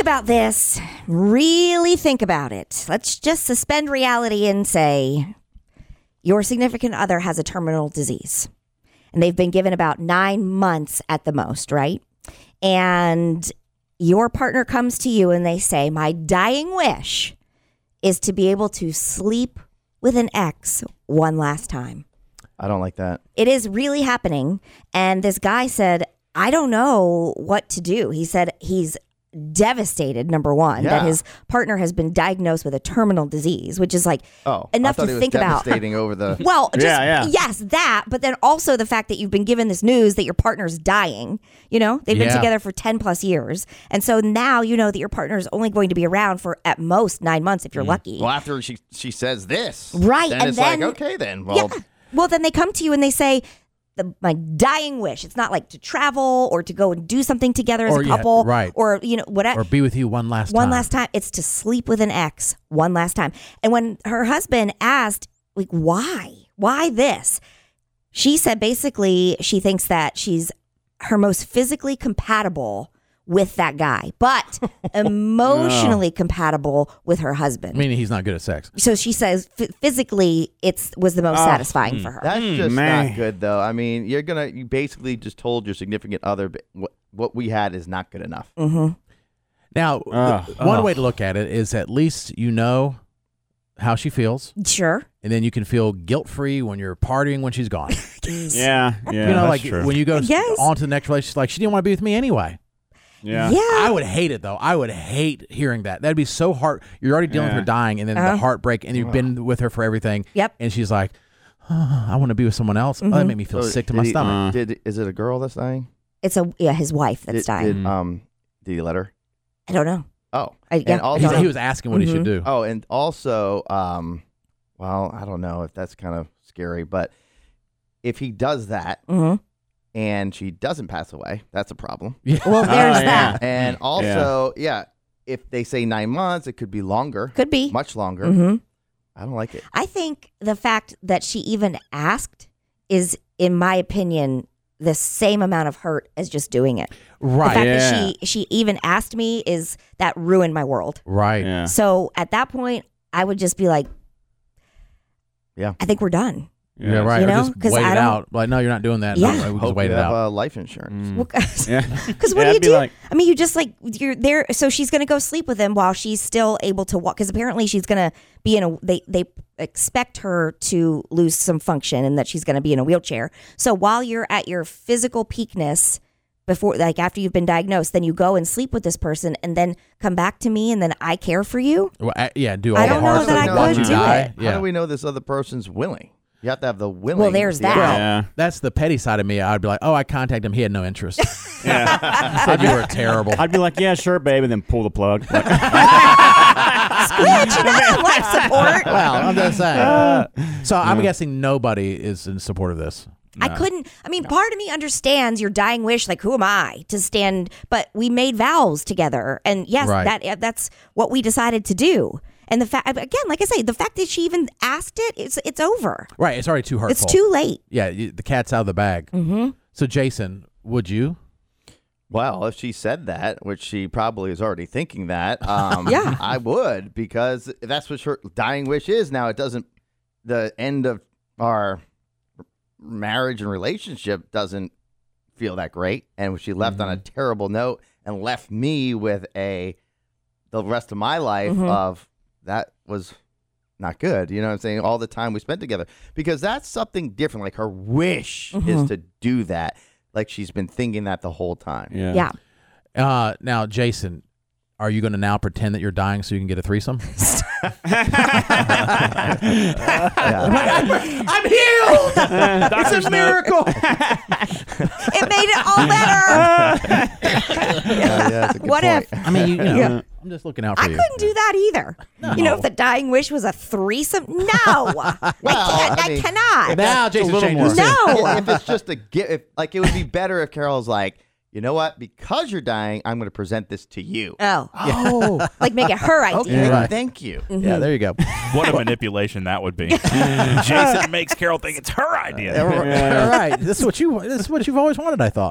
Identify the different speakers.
Speaker 1: about this. Really think about it. Let's just suspend reality and say your significant other has a terminal disease and they've been given about nine months at the most, right? And your partner comes to you and they say, My dying wish is to be able to sleep with an ex one last time.
Speaker 2: I don't like that.
Speaker 1: It is really happening. And this guy said, I don't know what to do. He said he's devastated, number one, that
Speaker 2: Yeah.
Speaker 1: his partner has been diagnosed with a terminal disease, which is like
Speaker 2: Oh,
Speaker 1: enough
Speaker 2: I thought
Speaker 1: to
Speaker 2: it was
Speaker 1: think about.
Speaker 2: devastating over the.
Speaker 1: Well, just,
Speaker 3: yeah.
Speaker 1: yes, that, but then also the fact that you've been given this news that your partner's dying. You know, they've been
Speaker 3: Yeah.
Speaker 1: together for 10 plus years. And so now you know that your partner is only going to be around for at most nine months
Speaker 2: Mm.
Speaker 1: if you're lucky.
Speaker 2: Well, after she she says this,
Speaker 1: Right,
Speaker 2: Then
Speaker 1: and
Speaker 2: it's
Speaker 1: then-
Speaker 2: like okay, then well,
Speaker 1: yeah. Well, then they come to you and they say, the, my dying wish. It's not like to travel or to go and do something together as
Speaker 3: Or,
Speaker 1: a
Speaker 3: yeah,
Speaker 1: couple,
Speaker 3: right.
Speaker 1: Or you know, whatever.
Speaker 3: Or be with you one last
Speaker 1: one
Speaker 3: time.
Speaker 1: last time. It's to sleep with an ex one last time. And when her husband asked, like, why? Why this? She said basically she thinks that she's her most physically compatible with that guy, but
Speaker 3: Oh,
Speaker 1: emotionally compatible with her husband.
Speaker 3: Meaning he's not good at sex.
Speaker 1: so she says f- physically it's was the most
Speaker 3: Ah,
Speaker 1: satisfying
Speaker 3: hmm.
Speaker 1: for her.
Speaker 2: that's just
Speaker 4: man.
Speaker 2: not good though. I mean, you're gonna you basically just told your significant other "But what what we had is not good enough.
Speaker 1: Mm-hmm.
Speaker 3: Now, th- one way to look at it is at least you know how she feels,
Speaker 1: sure.
Speaker 3: and then you can feel guilt free when you're partying when she's gone.
Speaker 4: Yeah, yeah.
Speaker 3: you know,
Speaker 4: that's
Speaker 3: like
Speaker 4: true.
Speaker 3: when you go
Speaker 1: Yes.
Speaker 3: on to the next relationship, like she didn't want to be with me anyway.
Speaker 4: yeah.
Speaker 3: I would hate it though. I would hate hearing that. That'd be so hard. You're already dealing with her
Speaker 4: Yeah.
Speaker 3: dying, and then
Speaker 1: Uh-huh.
Speaker 3: the heartbreak, and you've been with her for everything.
Speaker 1: Yep. Mm-hmm.
Speaker 3: And she's like, "Huh, I want to be with someone else. Oh, that made me feel
Speaker 2: So
Speaker 3: sick to
Speaker 2: did
Speaker 3: my
Speaker 2: he-
Speaker 3: stomach.
Speaker 2: Did is it a girl that's dying?
Speaker 1: It's a yeah, his wife that's
Speaker 2: did,
Speaker 1: dying.
Speaker 3: Hmm.
Speaker 2: Did, um, did he let her?
Speaker 1: I don't know.
Speaker 2: Oh,
Speaker 1: I- yeah, I
Speaker 2: and also,
Speaker 3: He's- he was asking what he should do.
Speaker 1: Mm-hmm.
Speaker 2: oh, and also, um, well, I don't know if that's kind of scary, but if he does that
Speaker 1: Mhm.
Speaker 2: and she doesn't pass away, that's a problem.
Speaker 1: Well, there's
Speaker 4: Oh, yeah.
Speaker 1: that.
Speaker 2: And also, yeah. if they say nine months, it could be longer,
Speaker 1: Could be.
Speaker 2: much longer.
Speaker 1: Mhm.
Speaker 2: I don't like it.
Speaker 1: I think the fact that she even asked is, in my opinion, the same amount of hurt as just doing it. The
Speaker 3: Right.
Speaker 1: fact
Speaker 4: Yeah.
Speaker 1: that she she even asked me is that ruined my world.
Speaker 3: Right.
Speaker 4: Yeah.
Speaker 1: So at that point, I would just be like,
Speaker 2: Yeah.
Speaker 1: I think we're done."
Speaker 3: Yeah, right.
Speaker 1: You
Speaker 3: or
Speaker 1: know,
Speaker 3: just
Speaker 1: 'cause
Speaker 3: wait
Speaker 1: I
Speaker 3: it
Speaker 1: don't-
Speaker 3: out. Like, no, you're not doing that. No,
Speaker 1: Yeah.
Speaker 3: we just
Speaker 2: Hope
Speaker 3: wait
Speaker 2: you
Speaker 3: it
Speaker 2: have
Speaker 3: out.
Speaker 2: uh, life insurance.
Speaker 1: Because
Speaker 4: Mm. Yeah.
Speaker 1: what
Speaker 4: Yeah,
Speaker 1: do you
Speaker 4: I'd be
Speaker 1: do?
Speaker 4: like-
Speaker 1: I mean, you just like you're there. So she's going to go sleep with him while she's still able to walk. Because apparently she's going to be in a they they expect her to lose some function and that she's going to be in a wheelchair. So while you're at your physical peakness before like after you've been diagnosed, then you go and sleep with this person and then come back to me and then I care for you.
Speaker 3: Well, I- yeah, do all
Speaker 1: I
Speaker 3: the
Speaker 1: don't know
Speaker 3: hard
Speaker 1: that I
Speaker 3: stuff. Watch
Speaker 1: could
Speaker 3: you
Speaker 1: do
Speaker 3: die.
Speaker 1: it.
Speaker 2: How
Speaker 3: Yeah.
Speaker 2: do we know this other person's willing? You have to have the willing.
Speaker 1: Well, there's
Speaker 2: to be able-
Speaker 1: that.
Speaker 4: Yeah.
Speaker 3: That's the petty side of me. I'd be like, oh, I contacted him. He had no interest. yeah. said you were terrible.
Speaker 4: I'd be like, yeah, sure, babe, and then pull the plug. Like,
Speaker 1: Squidge, you're not on life support.
Speaker 3: well, I'm just saying. so I'm guessing nobody is in support of this.
Speaker 1: I couldn't. I mean, part of me understands your dying wish. Like, who am I to stand? But we made vows together, and yes,
Speaker 3: Right.
Speaker 1: that that's what we decided to do. And the fact, again, like I say, the fact that she even asked it, it's it's over.
Speaker 3: Right. It's already too hurtful.
Speaker 1: It's too late.
Speaker 3: Yeah. You, the cat's out of the bag. Mm-hmm. So, Jason, would you?
Speaker 2: Well, if she said that, which she probably is already thinking that, um,
Speaker 1: Yeah.
Speaker 2: I would because that's what her dying wish is. Now it doesn't. The end of our marriage and relationship doesn't feel that great, and she left on a terrible note and left me with a the rest of my life of that was not good. You know what I'm saying? All the time we spent together because that's something different. Like her wish is to do that. Like she's been thinking that the whole time.
Speaker 4: yeah.
Speaker 1: Yeah.
Speaker 3: Uh, now, Jason, are you going to now pretend that you're dying so you can get a threesome? I'm healed.
Speaker 4: Eh, Doctor's note.
Speaker 1: It made it all better.
Speaker 2: Yeah, yeah, that's a good
Speaker 1: what
Speaker 2: point.
Speaker 1: if
Speaker 3: I mean, you, you know, I'm just looking out for
Speaker 1: I
Speaker 3: you.
Speaker 1: couldn't do that either? You know, if the dying wish was a threesome, no, I can't. I,
Speaker 2: I mean,
Speaker 1: cannot.
Speaker 3: Now, Jason
Speaker 1: more-
Speaker 3: changes.
Speaker 1: No.
Speaker 2: Yeah, if it's just a gift, if, like it would be better if Carol's like, you know what? Because you're dying, I'm going to present this to you.
Speaker 1: oh,
Speaker 3: Oh.
Speaker 1: like make it her idea.
Speaker 2: Okay,
Speaker 3: Right.
Speaker 2: thank you.
Speaker 3: Yeah, there you go.
Speaker 5: What a manipulation that would be. Jason makes Carol think it's her idea.
Speaker 3: All right, this is what you this is what you've always wanted. I thought.